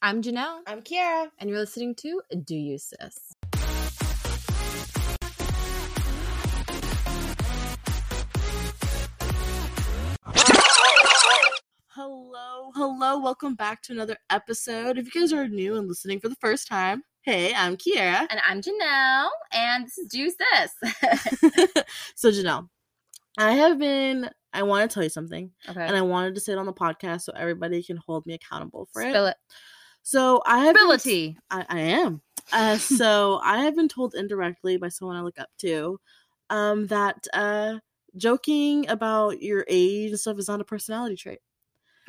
I'm Janelle, I'm Kiara. and you're listening to Do You Sis? Hello, hello. Welcome back to another episode. If you guys are new and listening for the first time, hey, I'm Kiara. And I'm Janelle, and this is Juice This. so, Janelle, I have been, I want to tell you something, okay. and I wanted to say it on the podcast so everybody can hold me accountable for Spill it. it. So, I have. been- Spill it tea. I, I am. Uh, so, I have been told indirectly by someone I look up to um, that uh, joking about your age and stuff is not a personality trait.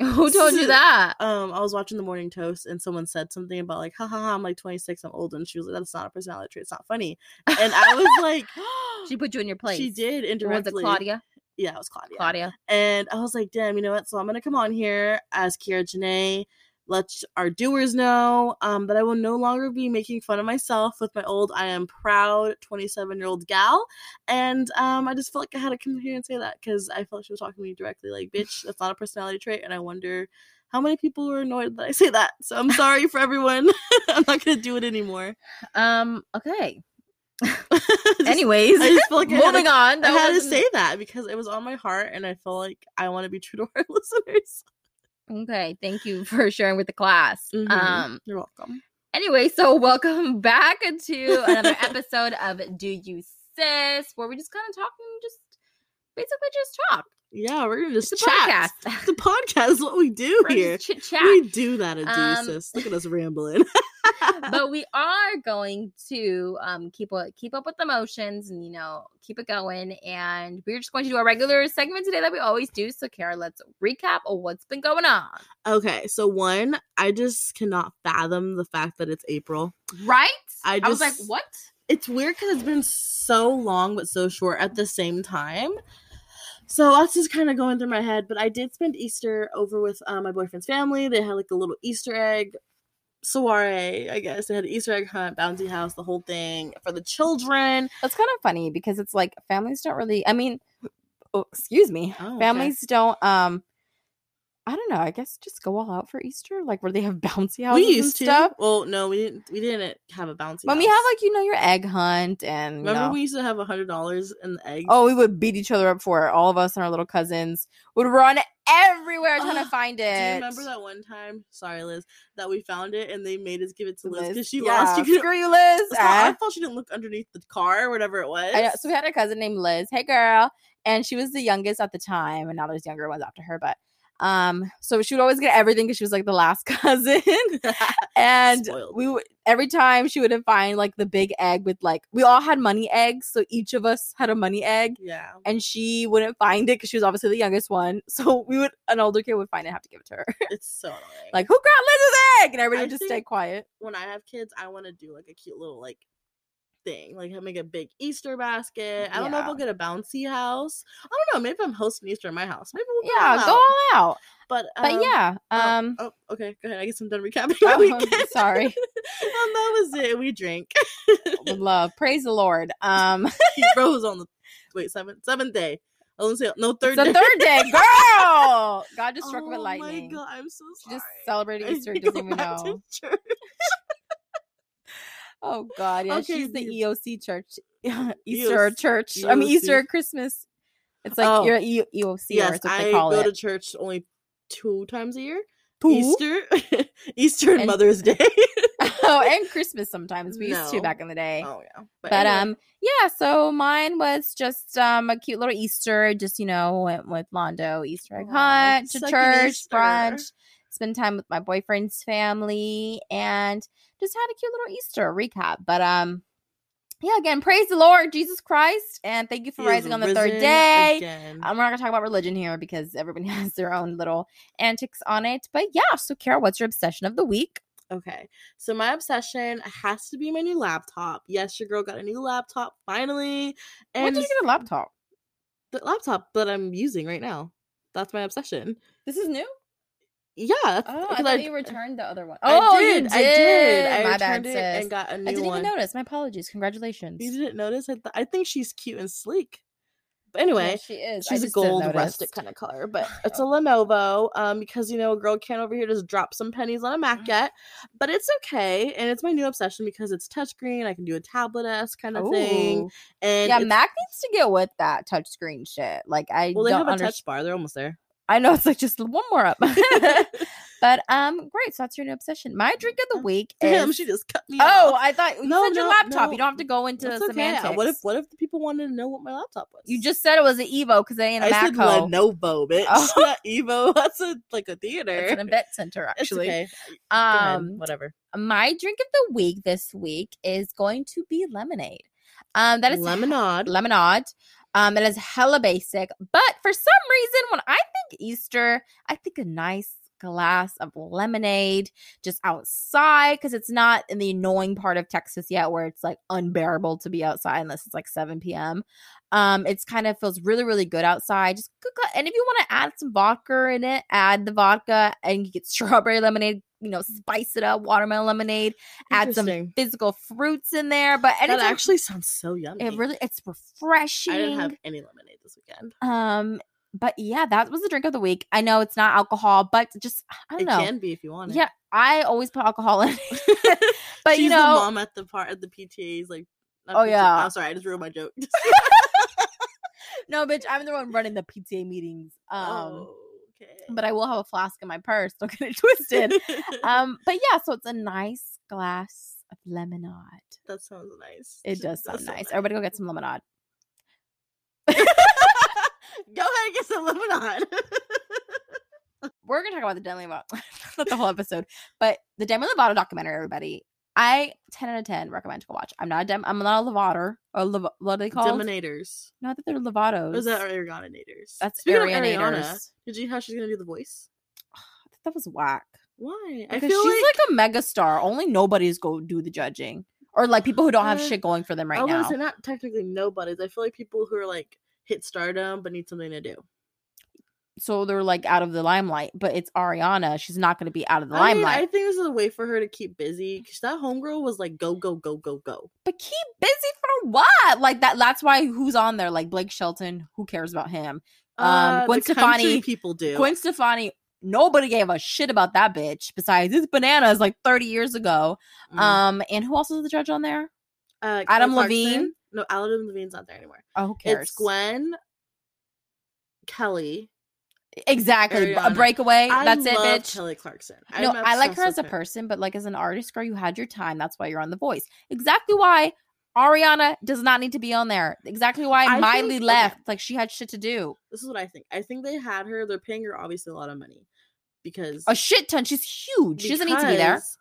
Who told you that? um I was watching the morning toast and someone said something about like ha ha ha I'm like 26 I'm old and she was like that's not a personality trait it's not funny and I was like She put you in your place. she did Or Was indirectly it Claudia? yeah it was Claudia Claudia. and I was like damn you know what so I'm gonna come on here as Kiara Janae let our doers know um that I will no longer be making fun of myself with my old I am proud 27 year old gal and um I just felt like I had to come here and say that because I felt she was talking to me directly like bitch that's not a personality trait and I wonder how many people were annoyed that I say that? So I'm sorry for everyone. I'm not gonna do it anymore. Um. Okay. Just- Anyways, I just feel like I had moving to- on. I That had to wasn't- say that because it was on my heart, and I feel like I want to be true to our listeners. Okay. Thank you for sharing with the class. Mhm. Um. You're welcome. Anyway, so welcome back to another episode of Do You Sis, where we just kind of talking, just basically just talk. Yeah, we're gonna It's just a chat. podcast. The podcast is what we do We're here. just chit chat. We do that at Um, Jesus. Look at us rambling. but we are going to um, keep up, keep up with the motions and you know keep it going. And we're just going to do our regular segment today that we always do. So, Kara, let's recap of what's been going on, okay, so one, I just cannot fathom the fact that it's April. right? I I was like, just- what? it's weird because it's been so long but so short at the same time. So that's just kind of going through my head. But I did spend Easter over with uh, my boyfriend's family. They had like a little Easter egg soiree, I guess. They had an Easter egg hunt, bouncy house, the whole thing for the children. That's kind of funny because it's like families don't really. I mean, oh, excuse me, Oh, okay. families don't. Um, I don't know. I guess just go all out for Easter, like where they have bouncy houses we used and to. stuff. Well, no, we didn't. We didn't have a bouncy. When we have house. like you know your egg hunt and you remember know, we used to have a hundred dollars in the eggs. Oh, we would beat each other up for it. All of us and our little cousins would run everywhere trying Ugh, to find it. Do you remember that one time? Sorry, Liz, that we found it and they made us give it to Liz because she Yeah, lost. You couldn't Screw you, Liz. So I Ah. thought she didn't look underneath the car or whatever it was. I know. So we had a cousin named Liz. Hey, girl. And she was the youngest at the time, and now there's younger ones after her. But um, so she would always get everything because she was like the last cousin. and Spoiled. we would every time she would find like the big egg with like we all had money eggs, so each of us had a money egg. yeah. and she wouldn't find it because she was obviously the youngest one. So we would an older kid would find it and have to give it to her. It's so annoying. like, who got Liz's egg? And everybody I would just stay think- quiet. when I have kids, I want to do like a cute little like thing. Like make a big Easter basket. I don't know if Yeah. I'll get a bouncy house. I don't know. Maybe I'm hosting Easter in my house. Maybe we'll go Yeah, all go out. all out. But But um, yeah, oh, um, Oh, okay. Go ahead. I guess I'm done recapping my Oh, weekend. sorry. and that was it. We drank. with love, praise the Lord. Um, he rose on the wait seventh seventh day. I was gonna say no third it's the day. third day, girl. God just struck oh with lightning. my god! I'm so She sorry. just celebrated I need Easter, to doesn't go even back to know. church. Oh God, yeah, Okay, E she's the these- EOC church, Easter EOC church. I mean, Easter EOC. Christmas. It's like E Oh. you're E- EOC, or yes, it's what I they call go to it. church only two times a year. Poo. Easter, Easter and, And- Mother's Day. oh, and Christmas sometimes we used to No. back in the day. oh yeah, but anyway, um yeah so mine was just um a cute little easter just you know went with londo easter egg aw, hunt to second church Easter. brunch spend time with my boyfriend's family and just had a cute little easter recap but um yeah again praise the lord jesus christ and thank you for He is rising on the third risen day again. um, we're not gonna talk about religion here because everybody has their own little antics on it but yeah so kara what's your obsession of the week Okay, so my obsession has to be my new laptop. Yes, your girl got a new laptop finally, when and did you get a laptop the laptop that I'm using right now. That's my obsession. this is new Yeah, that's, Oh, I because thought you returned the other one. I Oh, did, I did. I My returned bad, it sis. and got a new I didn't one. even notice. My apologies. Congratulations. You didn't notice? I, th- I think she's cute and sleek. But anyway, Yeah, she is. I she's a just didn't gold notice. rustic kind of color, but it's a Lenovo. Um, because you know a girl can't over here just drop some pennies on a Mm-hmm. Mac yet, but it's okay, and it's my new obsession because it's touchscreen. I can do a tablet esque kind of thing, Ooh. and Yeah, it's- Mac needs to get with that touchscreen shit. Like I well, they don't have a under- touch bar. They're almost there. I know it's like just one more up. but um, great. So that's your new obsession. My drink of the week is. Damn, she just cut me. oh, off. I thought you No, said your no, laptop. no. You don't have to go into That's the okay. semantics. What if what if the people wanted to know what my laptop was? you just said it was an Evo because they ain't a E I Mac said Lenovo, bitch. Oh. Not Evo. That's a like a theater. It's an event center It's actually. okay. Go ahead. Um, whatever. my drink of the week this week is going to be lemonade. Um, that is lemonade. lemonade. Um, it is hella basic, but for some reason, when I think Easter, I think a nice glass of lemonade just outside because it's not in the annoying part of Texas yet where it's like unbearable to be outside unless it's like 7 p.m. Um, it's kind of feels really, really good outside. Just good, gla- and if you want to add some vodka in it, add the vodka and you get strawberry lemonade. You know, spice it up, watermelon lemonade, add some Interesting. physical fruits in there. But that anytime- actually sounds so yummy. it really it's refreshing. I didn't have any lemonade this weekend. um but yeah, that was the drink of the week. I know it's not alcohol, but just I don't It know. can be if you want it. yeah, I always put alcohol in. it. but She's you the know, mom at the part at the PTA's like. not Oh, PTA yeah. Oh, sorry, I just ruined my joke. no bitch, I'm the one running the PTA meetings. Um oh, okay. but I will have a flask in my purse. Don't get it twisted. um but yeah, so it's a nice glass of lemonade. that sounds nice. It does That sound sounds nice. Everybody go get some lemonade. Go ahead and get some lemonade. we're gonna talk about the Demi Lovato, not the whole episode, but the Demi Lovato documentary. Everybody, I ten out of ten recommend to go watch. I'm not a Dem, I'm not a Lovato or Lov- what are they called? Dominators. No, I think they're Lovatos. Or is that Arianators? That's Speaking of Arianators. did you hear how she's gonna do the voice? I think that was whack. Why? Because she's like, a mega star. Only nobody's go do the judging, or like people who don't have Uh, shit going for them I right was now. gonna say not technically nobodies. I feel like people who are like hit stardom but need something to do. so they're like out of the limelight. But it's Ariana. She's not gonna be out of the I, mean, limelight. I think this is a way for her to keep busy because that homegirl was like go go go go go. but keep busy for what? Like that. That's why who's on there? Like Blake Shelton. Who cares about him? Um, Uh, Gwen the country Stefani- people do. Gwen Stefani, nobody gave a shit about that bitch. Besides, this banana is like 30 years ago. Mm. Um, and who else is the judge on there? Uh, Kelly Adam Clarkson? Levine? No, Adam Levine's not there anymore. Oh, who cares? It's Gwen Kelly. Exactly, b- a Ariana. breakaway. I That's it, love bitch. Kelly Clarkson. no, I'm I like obsessed her as a with person, but like as an artist, girl, you had your time. That's why you're on The Voice. Exactly why Ariana does not need to be on there. Exactly why I Miley think- okay. left. Like she had shit to do. This is what I think. I think they had her. They're paying her obviously a lot of money because A shit ton. She's huge. Oh, She doesn't need to be there. because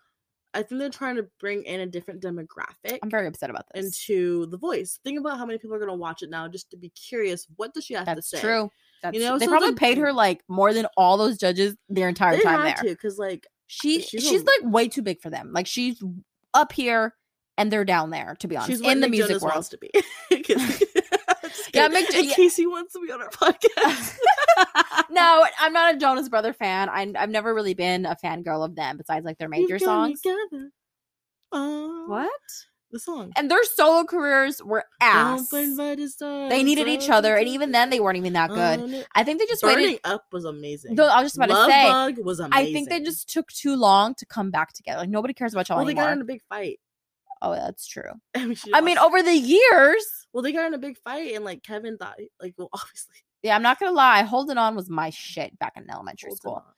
I think they're trying to bring in a different demographic I'm very upset about this. into The Voice. Think about how many people are going to watch it now just to be curious. What does she have That's to say? true. That's know, they so it's probably like- paid her like more than all those judges their entire They time had there. to because like She She's she's, a- like way too big for them. Like she's up here and they're down there. To be honest, she's what in the Nick music Jonas world, wants to be. 'Cause- Just Yeah, kidding. Mick Jo- in yeah. case he wants to be on our podcast. no, I'm not a Jonas Brother fan. I, I've never really been a fangirl of them besides like their We've major come songs. together. Aw, What? the song? And their solo careers were ass. Open by the stars, They needed each other, and even then, they weren't even that good. on it. I think they just Burning waited. up was amazing. No, I was just about to Uh, Love say, Bug was amazing. I think they just took too long to come back together. Like nobody cares about y'all well they anymore. got in a big fight. oh, that's true. I mean, she I mean, lost- over the years, well, they got in a big fight, and like Kevin thought, like, well, obviously, yeah, I'm not gonna lie. Holding on was my shit back in elementary Hold school. on.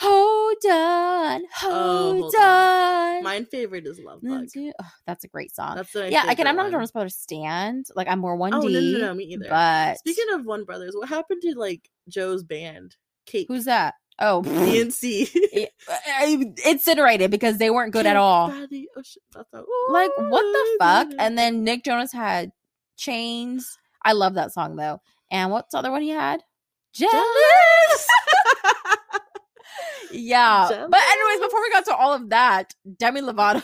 Hold on, Oh, hold Hold on. my favorite is Love Bug. Nancy- Ugh, that's a great song. That's the yeah, again, I'm not a one. Jonas Brothers stand. Like I'm more one D. Oh no, no, no, me either. But Speaking of One Brothers, what happened to like Joe's band, Cake, who's that? Oh, DNC? it- I- incinerated because they weren't good at all. By the ocean. That's a- Like what the fuck? Ooh, And then Nick Jonas had Chains. I love that song though. And what's the other one he had? Jealous. Yeah. But anyways, before we got to all of that, Demi I Lovato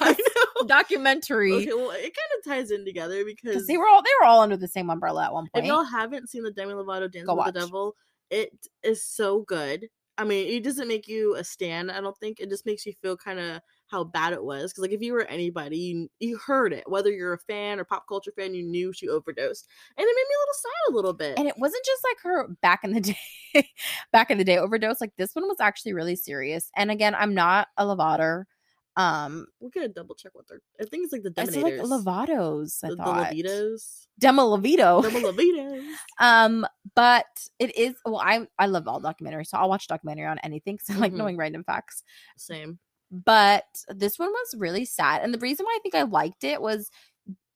know. documentary Okay, well, it kind of ties in together because because they were all they were all under the same umbrella at one if point. y'all haven't seen the Demi Lovato Dance Go with the watch. Devil, it is so good. I mean, it doesn't make you a stan. I don't think it just makes you feel kind of how bad it was. Because like if you were anybody, you, you heard it. Whether you're a fan or pop culture fan, you knew she overdosed, and it made me a little sad a little bit. And it wasn't just like her back in the day, back in the day overdose. Like this one was actually really serious. And again, I'm not a Lovato. Um, we're gonna double check what they're. I think it's like the I Dominators, said like Lovato's. I the, the thought Levitos, Demi Lovato. the Levitos. Um, but it is well, I I love all documentaries, so I'll watch a documentary on anything. So I like Mhm. knowing random facts. Same. But this one was really sad, and the reason why I think I liked it was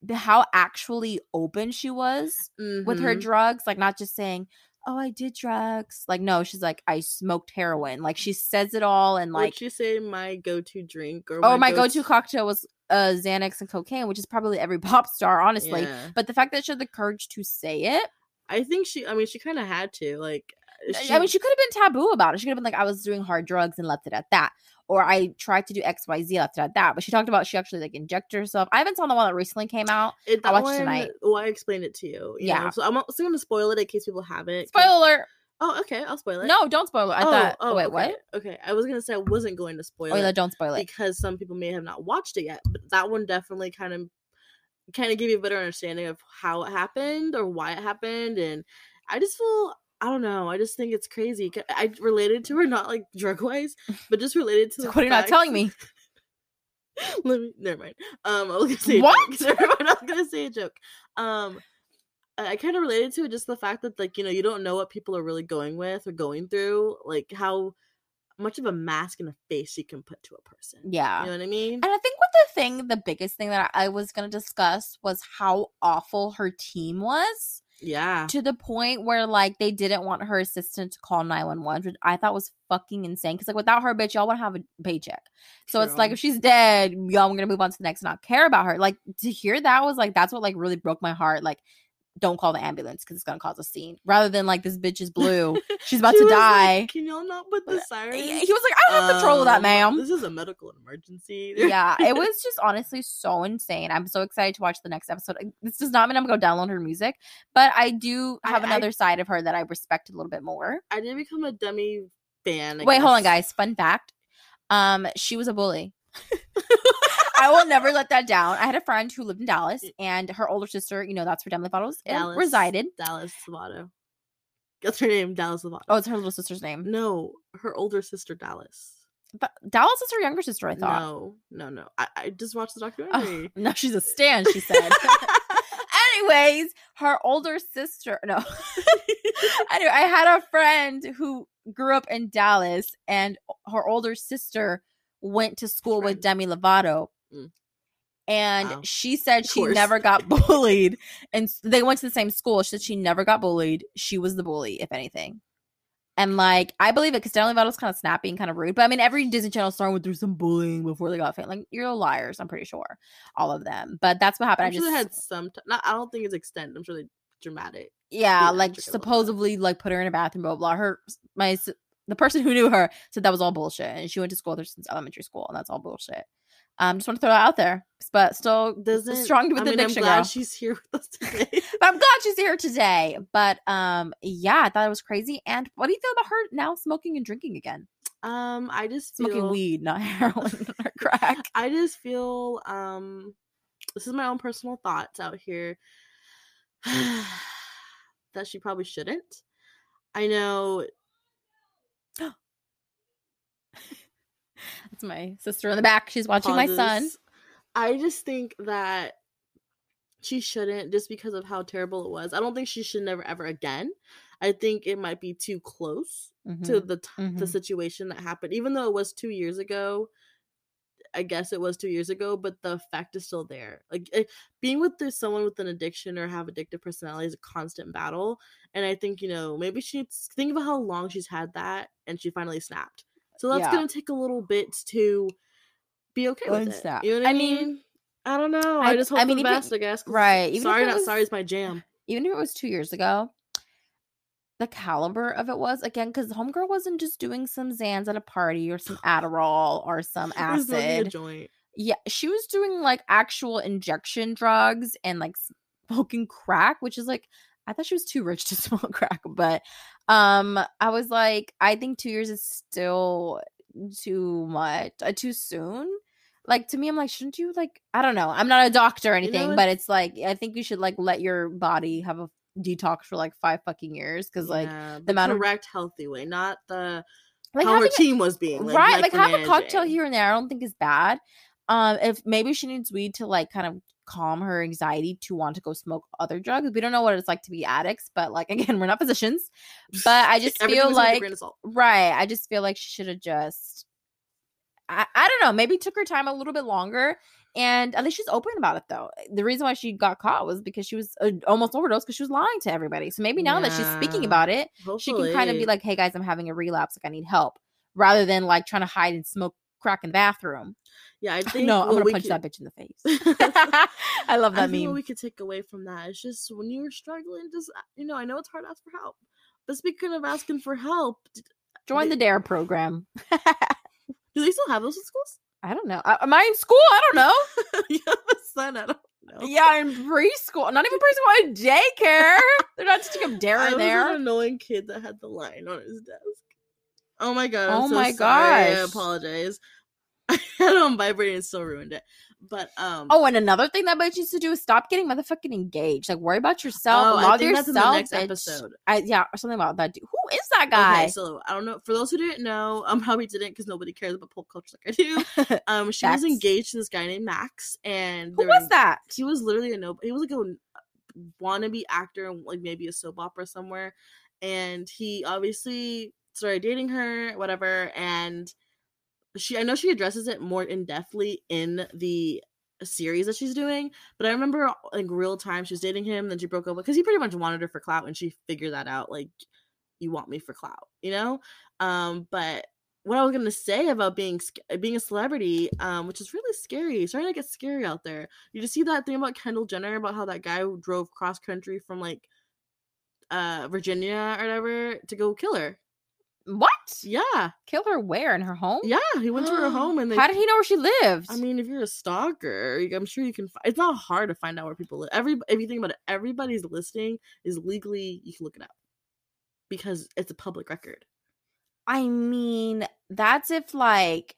the- how actually open she was with her Mhm. drugs, like not just saying. Oh, I did drugs. Like, no, she's like, I smoked heroin. Like, she says it all, and Would like, you say my go-to drink or oh, my go-to goes- cocktail was uh Xanax and cocaine, which is probably every pop star, honestly. Yeah. But the fact that she had the courage to say it, I think she. I mean, she kind of had to. Like, I- I mean, she could have been taboo about it. She could have been like, I was doing hard drugs and left it at that. Or I tried to do X, Y, Z, left it at that. But she talked about she actually like injected herself. I haven't saw the one that recently came out. It, I that watched one- tonight. Well, I explained it to you. you Yeah. know, So I'm also going to spoil it in case people haven't. 'cause- Spoiler alert. Oh, okay. I'll spoil it. No, don't spoil it. I oh, thought, Oh, oh, wait, okay. what? Okay. I was going to say I wasn't going to spoil Oh, yeah, it don't spoil it. because some people may have not watched it yet. But that one definitely kind of kind of give you a better understanding of how it happened or why it happened. And I just feel. I don't know. I just think it's crazy. 'Cause I related to her, not like drug wise, but just related So to. the what are you not fact- telling me? Let me. Never mind. Um, I was gonna say What? A joke. Never mind, I was gonna say a joke. Um, I, I kind of related to it just the fact that like you know you don't know what people are really going with or going through, like how much of a mask and a face you can put to a person. Yeah. You know what I mean? And I think what the thing, the biggest thing that I I was going to discuss was how awful her team was Yeah. to the point where like they didn't want her assistant to call 911, which I thought was fucking insane. Cause like without her, bitch, y'all wouldn't have a paycheck. So it's like True. if she's dead, y'all we're gonna move on to the next and not care about her. Like to hear that was like that's what like really broke my heart. Like don't call the ambulance because it's gonna cause a scene. Rather than like this bitch is blue, she's about She to was like, die. eh, Can y'all not put the Yeah, siren? he was like, I don't have control of that, Um, ma'am. This is a medical emergency. yeah, it was just honestly so insane. I'm so excited to watch the next episode. Uh, This does not mean I'm gonna go download her music, but I do I- have I- Oh another side of her that I respect a little bit more. I didn't become a dummy fan. I Wait, hold on, guys. guess. Fun fact: um, she was a bully. I will never let that down. I had a friend who lived in Dallas, and her older sister, you know, that's where Demi Bottles Dallas resided. Dallas Lovato. That's her name, Dallas Lovato. Oh, it's her little sister's name. No, her older sister Dallas. But Dallas is her younger sister, I thought. No, no, no. I, I just watched the Ugh, documentary. no, she's a stan, she said. Anyways, her older sister, no. anyway, I had a friend who grew up in Dallas and her older sister went to school with Demi Lovato. Mm. And Wow. she said Of she course. never got bullied. And s- they went to the same school. She said she never got bullied. She was the bully, if anything. And like, I believe it because Demi Lovato's kind of snappy and kind of rude. But I mean, every Disney Channel star went through some bullying before they got famous. Like, you're liars, I'm pretty sure. All of them. But that's what happened. I'm I sure just they had some. T- not, I don't think it's extent. I'm sure they dramatic. yeah, Yeah, like took it a little bit. supposedly like put her in a bathroom, blah blah. Her my s- the person who knew her said that was all bullshit, and she went to school with her since elementary school, and that's all bullshit. Um, just want to throw that out there, but still Doesn't strong with I the mean, I'm addiction, glad girl. she's here with us today. But I'm glad she's here today. But um, yeah, I thought it was crazy. And what do you feel about her now smoking and drinking again? um, I just feel, Smoking weed, not heroin or crack. I just feel um, this is my own personal thoughts out here that she probably shouldn't. I know That's my sister in the back. She's watching my son. pauses. I just think that she shouldn't just because of how terrible it was. I don't think she should never ever again. I think it might be too close to Mhm. the t- the mhm. situation that happened. Even though it was 2 years ago, I guess it was 2 years ago, but the effect is still there. Like it, being with this, someone with an addiction or have addictive personality is a constant battle, and I think, you know, maybe she needs think about how long she's had that and she finally snapped. So that's Yeah. going to take a little bit to be okay with it. Unsnap. You know what I I mean- mean? I don't know. I- I, just I hope mean, for the even- best, I guess. 'cause right, even if sorry, it not was- sorry is my jam. even if it was two years ago, the caliber of it was again because homegirl wasn't just doing some Zans at a party or some Adderall or some It was smoking a um, acid. joint. Yeah, she was doing like actual injection drugs and like smoking crack, which is like I thought she was too rich to smoke crack, but um, I was like, I think two years is still too much, uh, too soon. Like to me, I'm like, shouldn't you like? I don't know. I'm not a doctor or You know anything, what? but it's like I think you should like let your body have a detox for like five fucking years because like Yeah, the amount of correct healthy way, not the like how her having team was being like, right like, we're have a cocktail managing. here and there i don't think is bad um if maybe she needs weed to like kind of calm her anxiety to want to go smoke other drugs we don't know what it's like to be addicts but like again we're not physicians but i just Everything feel was with a like grain of salt. right i just feel like she should have just I, I don't know maybe took her time a little bit longer and at least she's open about it though the reason why she got caught was because she was uh, almost overdosed because she was lying to everybody so maybe now that she's speaking Yeah. about it she Hopefully. can kind of be like, "Hey guys, I'm having a relapse. Like I need help," rather than like trying to hide and smoke crack in the bathroom. yeah, I think no, I'm what gonna we punch could- that bitch in the face. I love I that think meme. what we could take away from that is just when you're struggling, just uh, you know, I know it's hard to ask for help, but speaking of asking for help, d- Join the Dare program. do they still have those in schools? I don't know. I, am I in school? I don't know. you have a son, I don't know. yeah, in preschool, not even preschool, in daycare. They're not teaching them I dare in was there. an annoying kid that had the line on his desk. Oh my god! Oh I'm so my sorry. I gosh. apologize. I had it on vibrate and it still ruined it. But um, Oh, and another thing that bitch needs to do is stop getting motherfucking engaged. Like, worry about yourself. Oh, I love think yourself, that's in the next bitch. episode. I, yeah, or something about that dude. Who is that guy? Okay, so I don't know. For those who didn't know, um, probably didn't because nobody cares about pop culture like I do. Um, she Facts. was engaged to this guy named Max, and they Who were was that? He was literally a no. He was like a wannabe actor, in, like maybe a soap opera somewhere, and he obviously started dating her, whatever. And she, I know she addresses it more in depthly in the series that she's doing, but I remember like real time she was dating him, then she broke up because he pretty much wanted her for clout, and she figured that out. Like, you want me for clout, you know? Um, but what I was gonna say about being sc- being a celebrity, um, which is really scary, it's starting to get scary out there. You just see that thing about Kendall Jenner about how that guy who drove cross country from like uh Virginia or whatever to go kill her. What? Yeah, Kill her where? In her home? yeah, he went to her home and they. Oh, How did he know where she lived? I mean, if you're a stalker, you- I'm sure you can. Fi- it's not hard to find out where people live. Every if you think about it, everybody's listing is legally you can look it up because it's a public record. I mean, that's if like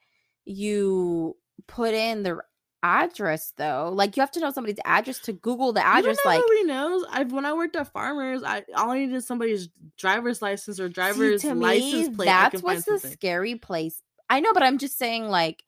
you put in their address though. Like you have to know somebody's address to Google the I address. don't know Like who he knows. I when I worked at Farmers, I all I needed is somebody's driver's license or see, driver's to license me, plate. I that's can what's find the something. scary place. I know, but I'm just saying like.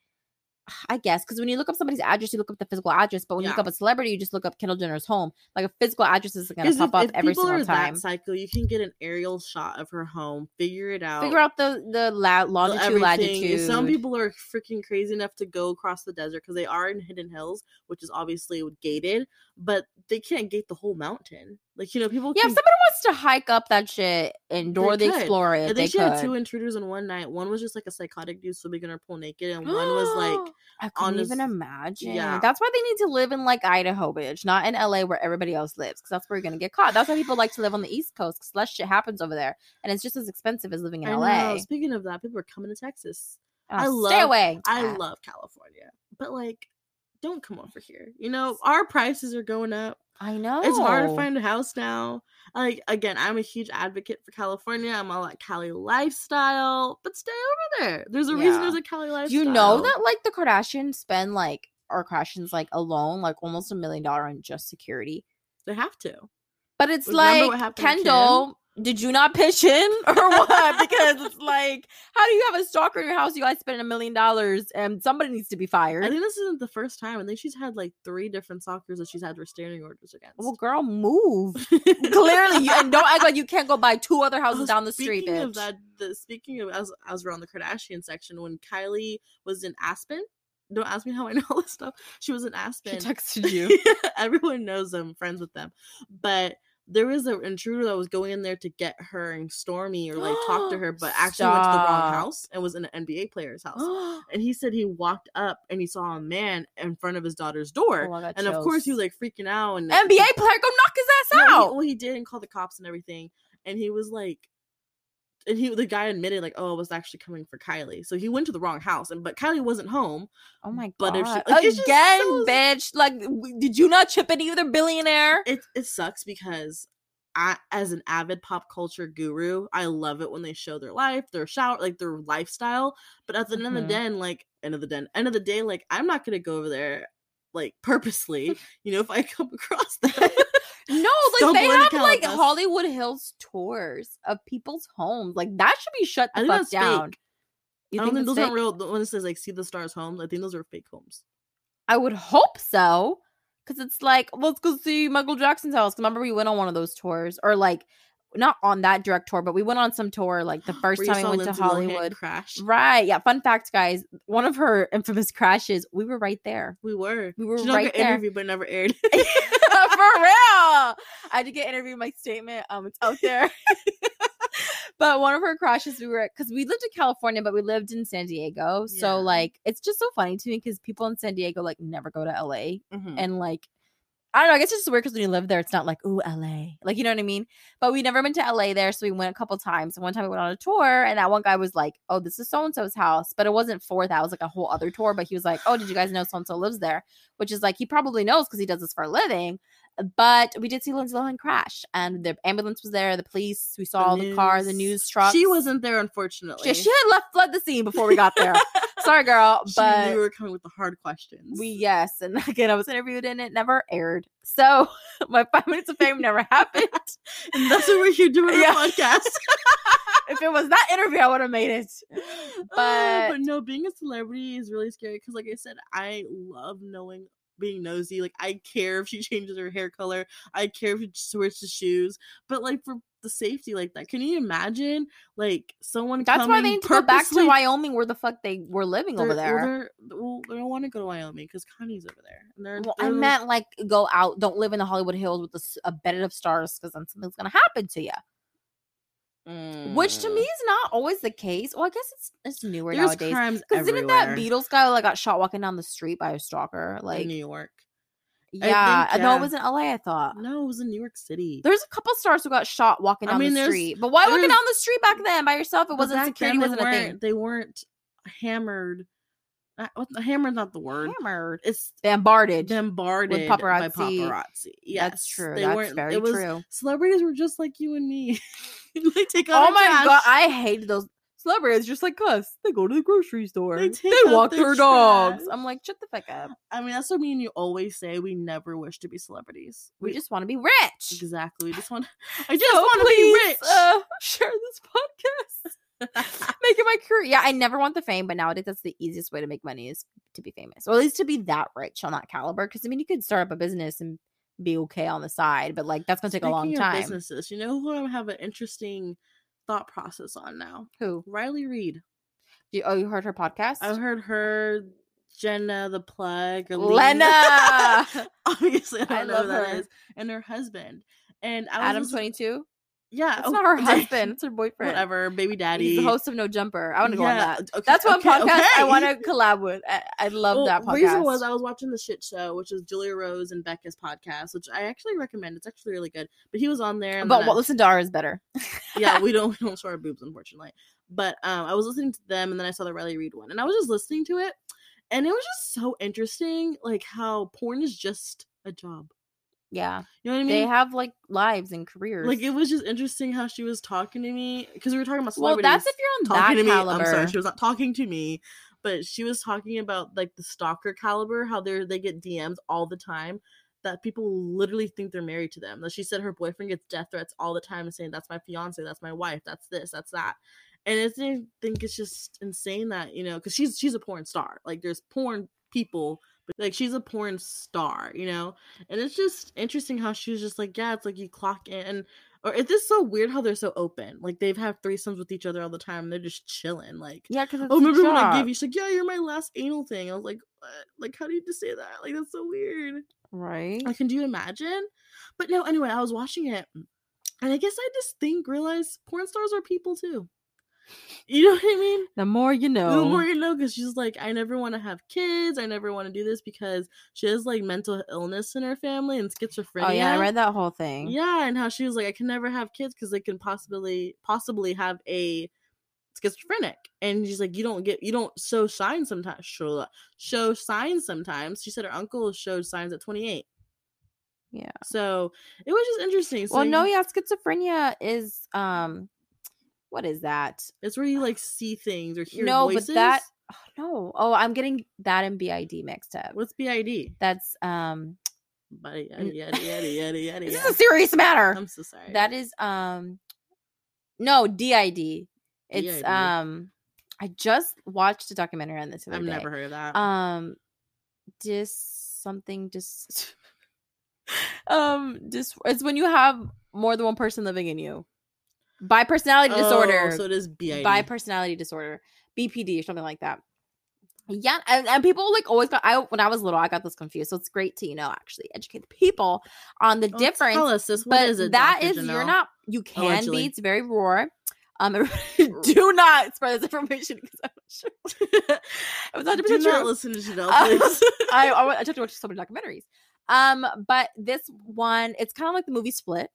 I guess because when you look up somebody's address, you look up the physical address. But when you look Yeah. up a celebrity, you just look up Kendall Jenner's home. Like a physical address is going to 'Cause pop up every people single are that time. psycho, you can get an aerial shot of her home, figure it out, Figure out the the la- the longitude, everything. latitude. Some people are freaking crazy enough to go across the desert because they are in hidden hills, which is obviously gated, but they can't gate the whole mountain. Like you know, people. Yeah, if can, somebody wants to hike up that shit and Dora the could. Explorer, I it, think they she could. had two intruders in one night. One was just like a psychotic dude swimming in her pool naked, and one was like, I couldn't even honest- imagine. yeah. That's why they need to live in like Idaho, bitch, not in LA where everybody else lives, because that's where you're gonna get caught. That's why people like to live on the East Coast, because less shit happens over there, and it's just as expensive as living in I know, LA. Speaking of that, people are coming to Texas. Oh, I stay love- away. I Ah. love California, but like, don't come over here. You know, our prices are going up. I know. It's hard to find a house now. Like again, I'm a huge advocate for California. I'm all that Cali lifestyle, but stay over there. There's a reason Yeah. there's a Cali Do lifestyle. you know that like the Kardashians spend like our Kardashians like alone like almost a million dollar on just security. they have to. But it's Remember what like happened to Kim? Kendall, did you not pitch in or what? because it's like, how do you have a stalker in your house? You guys spend a million dollars, and somebody needs to be I fired. think this isn't the first time. I think she's had like three different stalkers that she's had restraining orders against. Well, girl, move. Clearly, you, and don't act like you can't go buy two other houses Oh, down the street, Speaking bitch. of that, the, speaking of as as we're on the Kardashian section, when Kylie was in Aspen, don't ask me how I know all this stuff. She was in she Aspen. texted you. Everyone knows them, friends with them. But there was an intruder that was going in there to get her and Stormy or like talk to her, but actually went to the Stop. wrong house and was in an NBA player's house. Oh, And he said he walked up and he saw a man in front of his daughter's door. Oh, I got and of course he chills. was like freaking out and NBA player, go knock his ass no, he- out. well, he did and called the cops and everything. And he was like, and he the guy admitted like, oh, I was actually coming for Kylie. So he went to the wrong house, and but Kylie wasn't home. oh my god! but if she- like, it's just Again, so- bitch. Like, w- did you not chip in either, billionaire? It it sucks because I, as an avid pop culture guru, I love it when they show their life, their shout, like their lifestyle. But at the end of Mhm. the day, like end of the day, end of the day, like I'm not gonna go over there like purposely. you know, if I come across that, No, like Don't they go into have like Calabasas. Hollywood Hills tours of people's homes. Like that should be shut I the think fuck that's down. fake. You I don't think that's those fake? are real. The one that says like see the stars homes, I think those are fake homes. I would hope so. Cause it's like, let's go see Michael Jackson's house. 'Cause Remember, we went on one of those tours, or like, not on that direct tour, but we went on some tour like the first Where you time we saw went to Lindsay Lohan Hollywood. crash. Right. Yeah. Fun fact, guys. One of her infamous crashes, we were right there. We were. We were She did not right get there. interviewed, but never aired. For real. I had to get interviewed my statement. Um, it's out there. but one of her crashes, we were because we lived in California, but we lived in San Diego. Yeah. So like it's just so funny to me because people in San Diego like never go to LA. Mm-hmm. and like I don't know. I guess it's just weird because when you live there, it's not like ooh LA, like you know what I mean. But we never been to LA there, so we went a couple times. And one time we went on a tour, and that one guy was like, "Oh, this is so and so's house," but it wasn't for that. It was like a whole other tour. But he was like, "Oh, did you guys know so and so lives there?" Which is like he probably knows because he does this for a living. But we did see Lindsay Lohan crash, and the ambulance was there, the police. We saw the, car, the news truck. She wasn't there, unfortunately. She, she had left fled the scene before we got there. Sorry, girl, She but knew we were coming with the hard questions. we yes, and again, I was interviewed and it never aired. So my five minutes of fame never happened. And that's what we're here doing Yeah. a podcast. if it was that interview, I would have made it. Oh, But but no, being a celebrity is really scary because, like I said, I love knowing being nosy. Like I care if she changes her hair color. I care if she switches shoes. But like for the safety like that, can you imagine like someone? that's why they coming need to go back to purposely- Wyoming, where the fuck they were living over They're- well, there. they're- well, they don't want to go to Wyoming because Connie's over there. And they're, Well, I they're- meant like go out, don't live in the Hollywood Hills with a, s- a bed of stars, because then something's gonna happen to you. Mm. Which to me is not always the case. Well, I guess it's it's newer there's nowadays. crimes Because didn't that everywhere Beatles guy like got shot walking down the street by a stalker? in Like, New York? yeah, think, no, yeah. it was in LA. I thought No, it was in New York City. There's a couple stars who got shot walking I down mean, the there's- street. But why walking there's- down the street back then by yourself? It But wasn't back security, then wasn't they a weren't, thing. They weren't hammered. Uh, what- hammered not the word. Hammered. It's Bombarded. bombarded by paparazzi. paparazzi. Yes, That's true. They That's weren't, very it was, true. Celebrities were just like you and me. they take out Oh our my trash. god, I hated those celebrities just like us. They go to the grocery store. They, take out walk their their dogs. trash. I'm like, shut the fuck up. I mean, that's what me and you always say. We never wish to be celebrities. We just want to be rich. exactly. We just want. I just So want to please, be rich. Uh, share this podcast. make it my career. Yeah, I never want the fame, but nowadays that's the easiest way to make money is to be famous, or at least to be that rich on that caliber. Because I mean, you could start up a business and be okay on the side, but like that's gonna take a long Speaking of time. Businesses, you know who I have an interesting thought process on now. Who? Riley Reed. You, oh, you heard her podcast? I heard her, Jenna the plug, or Lee. Lena Obviously, I don't I know love who that her. is, and her husband. And I was Adam listening- twenty two. Yeah, That's oh, not her dang, husband. It's her boyfriend. Whatever, baby daddy. He's the host of No Jumper. I want to go on Yeah, that. okay, That's one okay, podcast I okay. want to collab with. I, I love Well, that podcast. Reason was I was watching the shit show, which is Julia Rose and Becca's podcast, which I actually recommend. It's actually really good. But he was on there, and but then what, I- listen to ours better. yeah, we don't we don't show our boobs, unfortunately. But um, I was listening to them, and then I saw the Riley Reid one, and I was just listening to it, and it was just so interesting, like how porn is just a job. Yeah. You know what I mean? they have like lives and careers. like it was just interesting how she was talking to me because we were talking about well, celebrities. that's if you're on talking to that me. caliber. I'm sorry, she was not talking to me, but she was talking about like the stalker caliber, how they are they get DMs all the time that people literally think they're married to them. That she said her boyfriend gets death threats all the time and saying that's my fiance, that's my wife, that's this, that's that. And it's, I think it's just insane that you know because she's she's a porn star. Like there's porn people. But like she's a porn star, you know, and it's just interesting how she was just like, yeah, it's like you clock in, and or it's just so weird how they're so open. Like they've had threesomes with each other all the time. And they're just chilling. Like, yeah, because oh, remember when I gave you? She's like, yeah, you're my last anal thing. I was like, what? like, how do you just say that? Like, that's so weird. right? Like, can you imagine? But no, anyway, I was watching it, and I guess I just think realize porn stars are people too. You know what I mean? The more you know. The more you know, because she's like, I never want to have kids. I never want to do this because she has like mental illness in her family and schizophrenia. oh yeah, I read that whole thing. Yeah, and how she was like, I can never have kids because they can possibly possibly have a schizophrenic. And she's like, you don't get you don't show signs sometimes. Show show signs sometimes. She said her uncle showed signs at 28. Yeah. So it was just interesting. So well, you- no, yeah, schizophrenia is um, what is that? it's where you like see things or hear no, voices. but that oh, no. Oh, I'm getting that and BID mixed up. what's BID? That's um, Buddy, N- yaddy, yaddy, yaddy, yaddy, yaddy, this yaddy. is a serious matter. I'm so sorry. That is um no DID. It's DID. um I just watched a documentary on this the other I've day. never heard of that. um dis something just um dis it's when you have more than one person living in you. By personality Oh, disorder. So it is BID. by personality disorder, BPD or something like that. Yeah, and, and people like always got I when I was little, I got this confused. So it's great to, you know, actually educate the people on the Oh, difference Tell us this. What but is it? that Dr. is you're Janelle? Oh, not you can Allegedly. be it's very raw um everybody do not spread this information because i'm not sure it was 100% Do true. not listen to Janelle, Um, please. I, I, wa- I tried to watch so many documentaries um but this one it's kind of like the movie split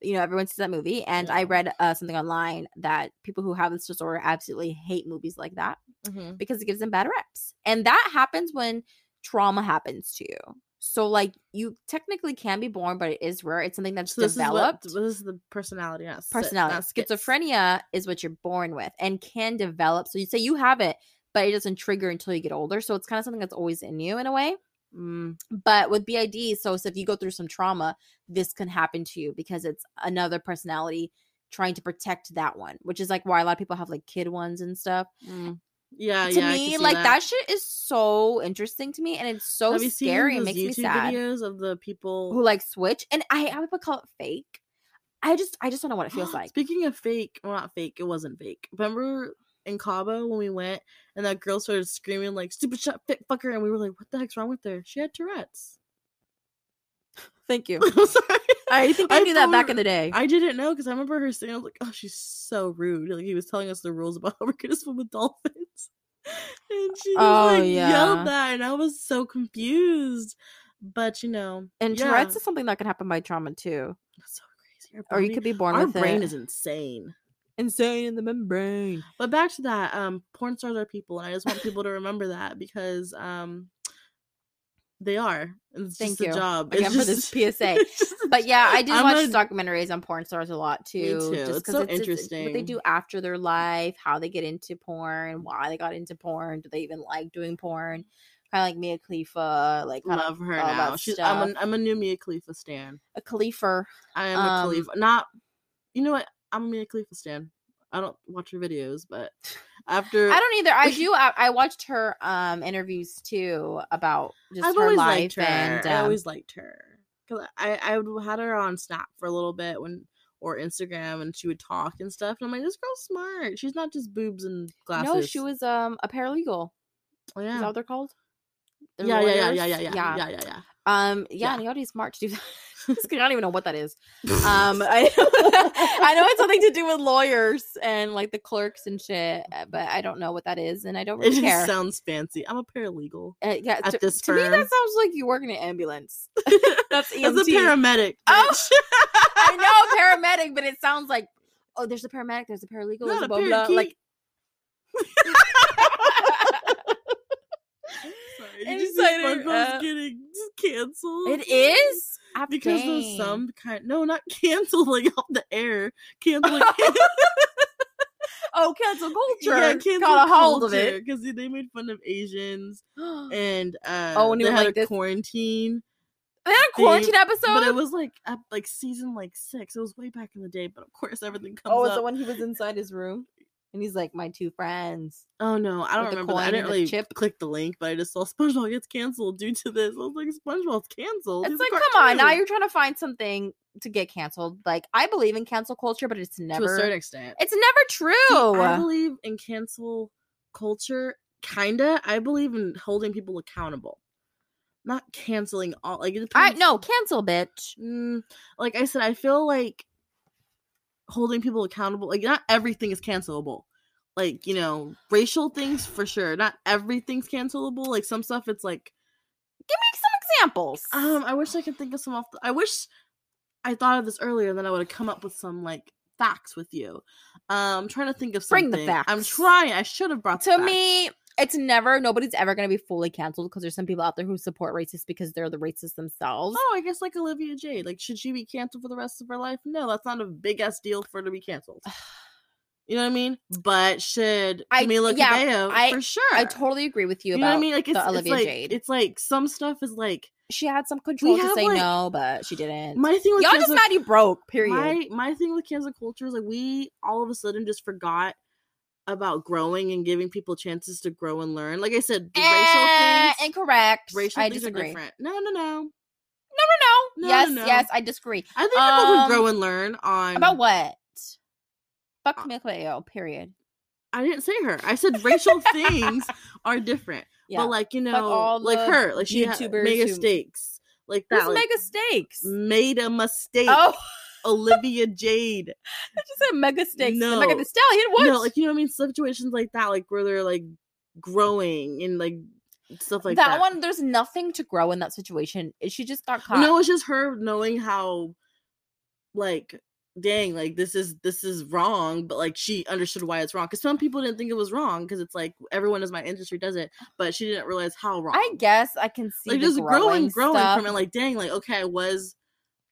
you know everyone sees that movie and i Yeah. read uh, something online that people who have this disorder absolutely hate movies like that because it gives them bad reps. And that happens when trauma happens to you. So like you technically can be born, but it is rare. It's something that's So this developed. is what, this is the personality, not schi- personality. not schiz. Schizophrenia is what you're born with and can develop. So you say you have it, but it doesn't trigger until you get older. So it's kind of something that's always in you in a way. Mm, But with BID, so, so if you go through some trauma, this can happen to you because it's another personality trying to protect that one, which is like why a lot of people have like kid ones and stuff mm. Yeah, to yeah. I can me, see like that. that. shit is so interesting to me, and it's so Have you seen scary. It those makes me YouTube sad. videos of the people Who like switch, and I I would call it fake. I just I just don't know what it feels like. Speaking of fake, well, not fake. It wasn't fake. Remember in Cabo when we went and that girl started screaming like "stupid shut fit fucker," and we were like, "What the heck's wrong with her? She had Tourette's." Thank you. I'm sorry. I think I, knew that thought back we in the day. I didn't know because I remember her saying, "I was like, oh, she's so rude." Like he was telling us the rules about how we're gonna swim with dolphins, and she just Oh, like yeah. yelled that, and I was so confused. But you know, and yeah, Tourette's is something that can happen by trauma too, that's so crazy. Our or you body- could be born our with brain it. is insane. insane in the membrane. But back to that, um, porn stars are people, and I just want people to remember that because um, they are. And It's Thank just you. a job. Again It's for this just- PSA. it's just a But yeah, I do I'm watch gonna- documentaries on porn stars a lot too. too. Just It's 'cause so what they interesting. do after their life, how they get into porn, why they got into porn, do they even like doing porn? Kind of like Mia Khalifa, like kind of Love her all that now. She's, I'm, stuff. a, I'm a new Mia Khalifa stan. a Khalifa. I am a Um, Khalifa. Not, you know what? I'm a Mia Khalifa stan. I don't watch her videos, but after I don't either. I do. I, I watched her um interviews too about just I've her always life liked her. and I um, always liked her because I I would- had her on Snap for a little bit when or Instagram, and she would talk and stuff. And I'm like, this girl's smart. She's not just boobs and glasses. no, she was um a paralegal. Oh, Is that yeah. what they're called? They're Yeah, yeah, yeah, lawyers? yeah, yeah, yeah, yeah, yeah, yeah. Um, yeah, Yeah. and Yodi's smart to do that. Just kidding, I don't even know what that is. Um, I, I know it's something to do with lawyers and like the clerks and shit, uh, but I don't know what that is, and I don't it really just care. sounds fancy. I'm a paralegal. Uh, yeah, at to, this to me that firm. sounds like you work in an ambulance. That's As a EMT. paramedic. Oh, bitch. I know paramedic, but it sounds like oh, there's a paramedic, there's a paralegal, there's Not a a blah blah. parakeet. Like Sorry, And did you see cider, SpongeBob's uh, getting canceled? it is Ah, because dang. there's some kind. No, not canceled. Like off the air. Canceling. oh cancel culture yeah, got a hold of it. because they made fun of Asians and uh, Oh, and you they were had like a this- quarantine, They had a They- quarantine episode. but it was like up like season like six. It was way back in the day, but of course everything comes oh, it's up. the one he was inside his room, and he's like, "My two friends." oh no, I don't with the remember. That. I coin didn't and the really chip. click the link, but I just saw SpongeBob gets canceled due to this. I was like, SpongeBob's canceled. It's He's a like, come on, now cartoon." you're trying to find something to get canceled. Like, I believe in cancel culture, but it's never, to a certain extent. it's never See, I true. believe in cancel culture, kinda. I believe in holding people accountable, not canceling all. Like it I depends- no cancel, bitch. Mm, like I said, I feel like holding people accountable. Like not everything is cancelable. Like you know, racial things for sure. Not everything's cancelable. Like some stuff, it's like Give me some examples. um, I wish I could think of some off. The- I wish I thought of this earlier, then I would have come up with some like facts with you. Um, I'm trying to think of Bring something. the I'm facts. trying. I should have brought the to facts. me, it's never nobody's ever going to be fully canceled because there's some people out there who support racists because they're the racists themselves. Oh, I guess like Olivia Jade. Like, should she be canceled for the rest of her life? No, that's not a big ass deal for her to be canceled. You know what I mean? But should I- Camila yeah, Cabello I- for sure? I totally agree with you, You know about what I mean? Like, it's, the it's Olivia like, Jade. It's like some stuff is like she had some control to have, say like- no, but she didn't. my thing. With Y'all just cancel- mad you broke. Period. My my thing with cancel culture is like we all of a sudden just forgot about growing and giving people chances to grow and learn. Like I said, the Eh, racial things, incorrect. racial I things are disagree. different. No, no, no. No, no, no. No, yes, no, no. yes, I disagree. I think people Um, can grow and learn on About what? Fuck Uh, Camila Cabello. Period. I didn't say her. I said racial things are different. Yeah. But like you know, all like the her, like she had YouTubers made who- mistakes. Like Who's that, like, mega stakes? made a mistake. Oh, Olivia Jade. I just said mega stakes. No. No. Mega the stallion. What? No, like you know what I mean. Situations like that, like where they're like growing and like stuff like that, that. one, there's nothing to grow in that situation. She just got caught. No, it's just her knowing how, like, dang, like this is this is wrong, but like she understood why it's wrong. Because some people didn't think it was wrong because it's like everyone in my industry does it, but she didn't realize how wrong. I guess I can see like the just growing, growing stuff. from it. Like, dang, like okay, I was.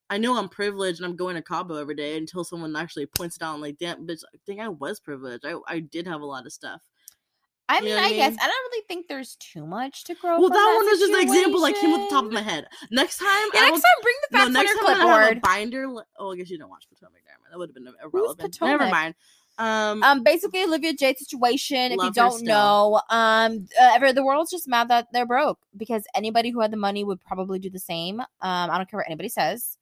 I know I'm privileged and I'm going to Cabo every day until someone actually points it out. and like, damn, bitch, I think I was privileged. I, I did have a lot of stuff. I you mean, know what I I guess mean? I don't really think there's too much to grow. well, from that, one was just an example like came off the top situation. of my head. Next time, Yeah, I next will time bring the facts no, next on your time I have a clipboard. binder. li- Oh, I guess you don't watch Potomac. Never mind. That would have been irrelevant. Never Potomac? mind. Um, Um, basically Olivia Jade situation. If you Love her don't still. know, um, uh, ever the world's just mad that they're broke because anybody who had the money would probably do the same. Um, I don't care what anybody says.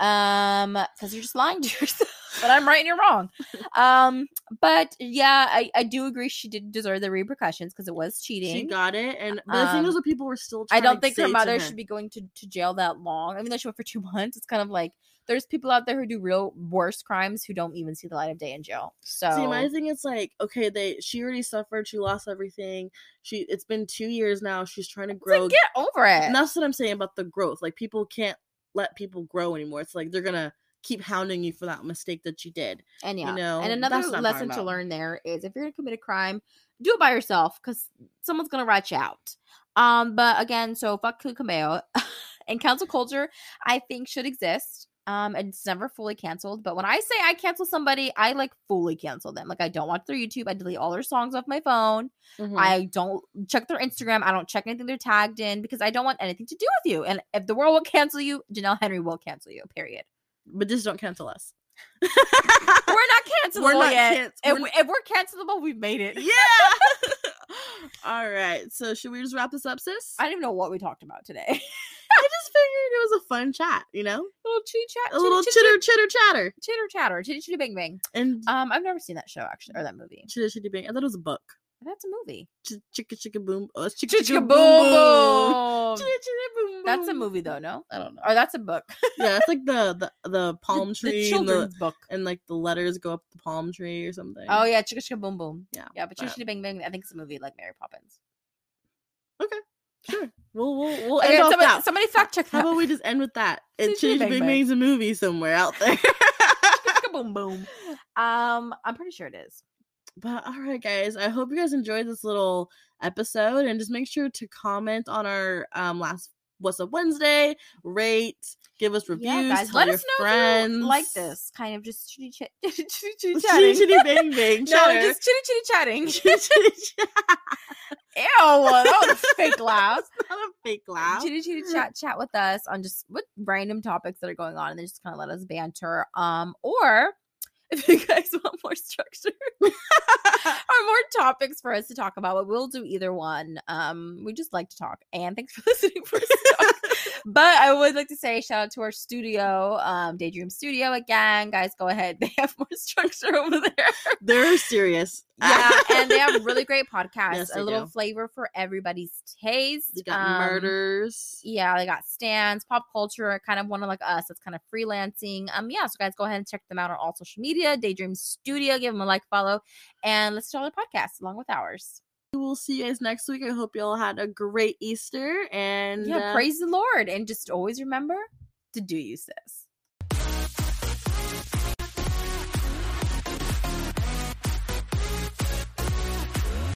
Um, because you're just lying to yourself. but I'm right and you're wrong. Um, but yeah, I, I do agree she did deserve the repercussions because it was cheating. she got it, and but the thing Um, is, that people were still. I Trying don't to think her say to mother should be going to, to jail that long. I mean, that she went for two months. It's kind of like there's people out there who do real worse crimes who don't even see the light of day in jail. So See, my thing is like, okay, they she already suffered. She lost everything. She it's been two years now. She's trying to It's grow. like, get over it. and that's what I'm saying about the growth. Like people can't let people grow anymore. It's like they're gonna keep hounding you for that mistake that you did. and yeah, know, and another that's what I'm talking lesson to about. learn there is if you're gonna commit a crime, do it by yourself because someone's gonna rat you out. Um, but again, so fuck Camila Cabello and council culture, I think should exist. Um, and it's never fully canceled. But when I say I cancel somebody, I like fully cancel them. Like I don't watch their YouTube. I delete all their songs off my phone. Hmm. I don't check their Instagram. I don't check anything they're tagged in because I don't want anything to do with you. And if the world will cancel you, Janelle Henry will cancel you. Period. but just don't cancel us. We're not cancelable We're not yet. canc- if, we're- we- if we're cancelable, we've made it. Yeah. All right. So should we just wrap this up, sis? I don't even know what we talked about today. a I just figured it was a fun chat, you know, little chit chat, a little chitter chitter chatter. chitter chatter, chitter chitter bang bang. And Um, I've never seen that show actually, or that movie. chitter chitter bang. I thought it was a book. That's a movie. Ch- Chicka chicka boom. Oh, it's chicka Chicka chicka boom boom. boom. Chicka chicka boom boom. That's a movie though, no? I don't know. Or that's a book. yeah, it's like the the, the palm The tree and, the, children's book. and like the letters go up the palm tree or something. Oh yeah, chicka chicka boom boom. Yeah, yeah, but chitter but- chitter bang bang. I think it's a movie like Mary Poppins. sure. We'll we'll we'll Okay, end off somebody, that. somebody fact check How that. about we just end with that? And Chitty Chitty chitter Bang chitter bang Bang. bang's a movie somewhere out there. boom boom. Um, I'm pretty sure it is. But all right, guys, I hope you guys enjoyed this little episode, and just make sure to comment on our um last What's Up Wednesday, rate, give us reviews, yeah, guys, tell let your us know if friends, you like this kind of just chitty chit chitty chitty Chitty chatting. chitty bang bang, no, chatter. just chitty chitty chatting. Ew, Chitty chitty chat. that was a fake laugh. not a fake laugh. Chitty chitty chat chat with us on just what random topics that are going on, and then just kind of let us banter. Um, or if you guys want more structure or more topics for us to talk about, but we'll do either one. Um, we just like to talk, and thanks for listening for us to talk. but I would like to say shout out to our studio, um, Daydream Studio again, guys. Go ahead, they have more structure over there. They're serious. Yeah, and they have really great podcasts. Yes, a they little do. flavor for everybody's taste. They got Um, murders. Yeah, they got stands, pop culture, kind of one of like us. That's kind of freelancing. Um, yeah, so guys, go ahead and check them out on all social media. Daydream Studio, give them a like, follow, and listen to all their podcasts along with ours. We will see you guys next week. I hope y'all had a great Easter and yeah, uh, praise the Lord, and just always remember to do you, sis.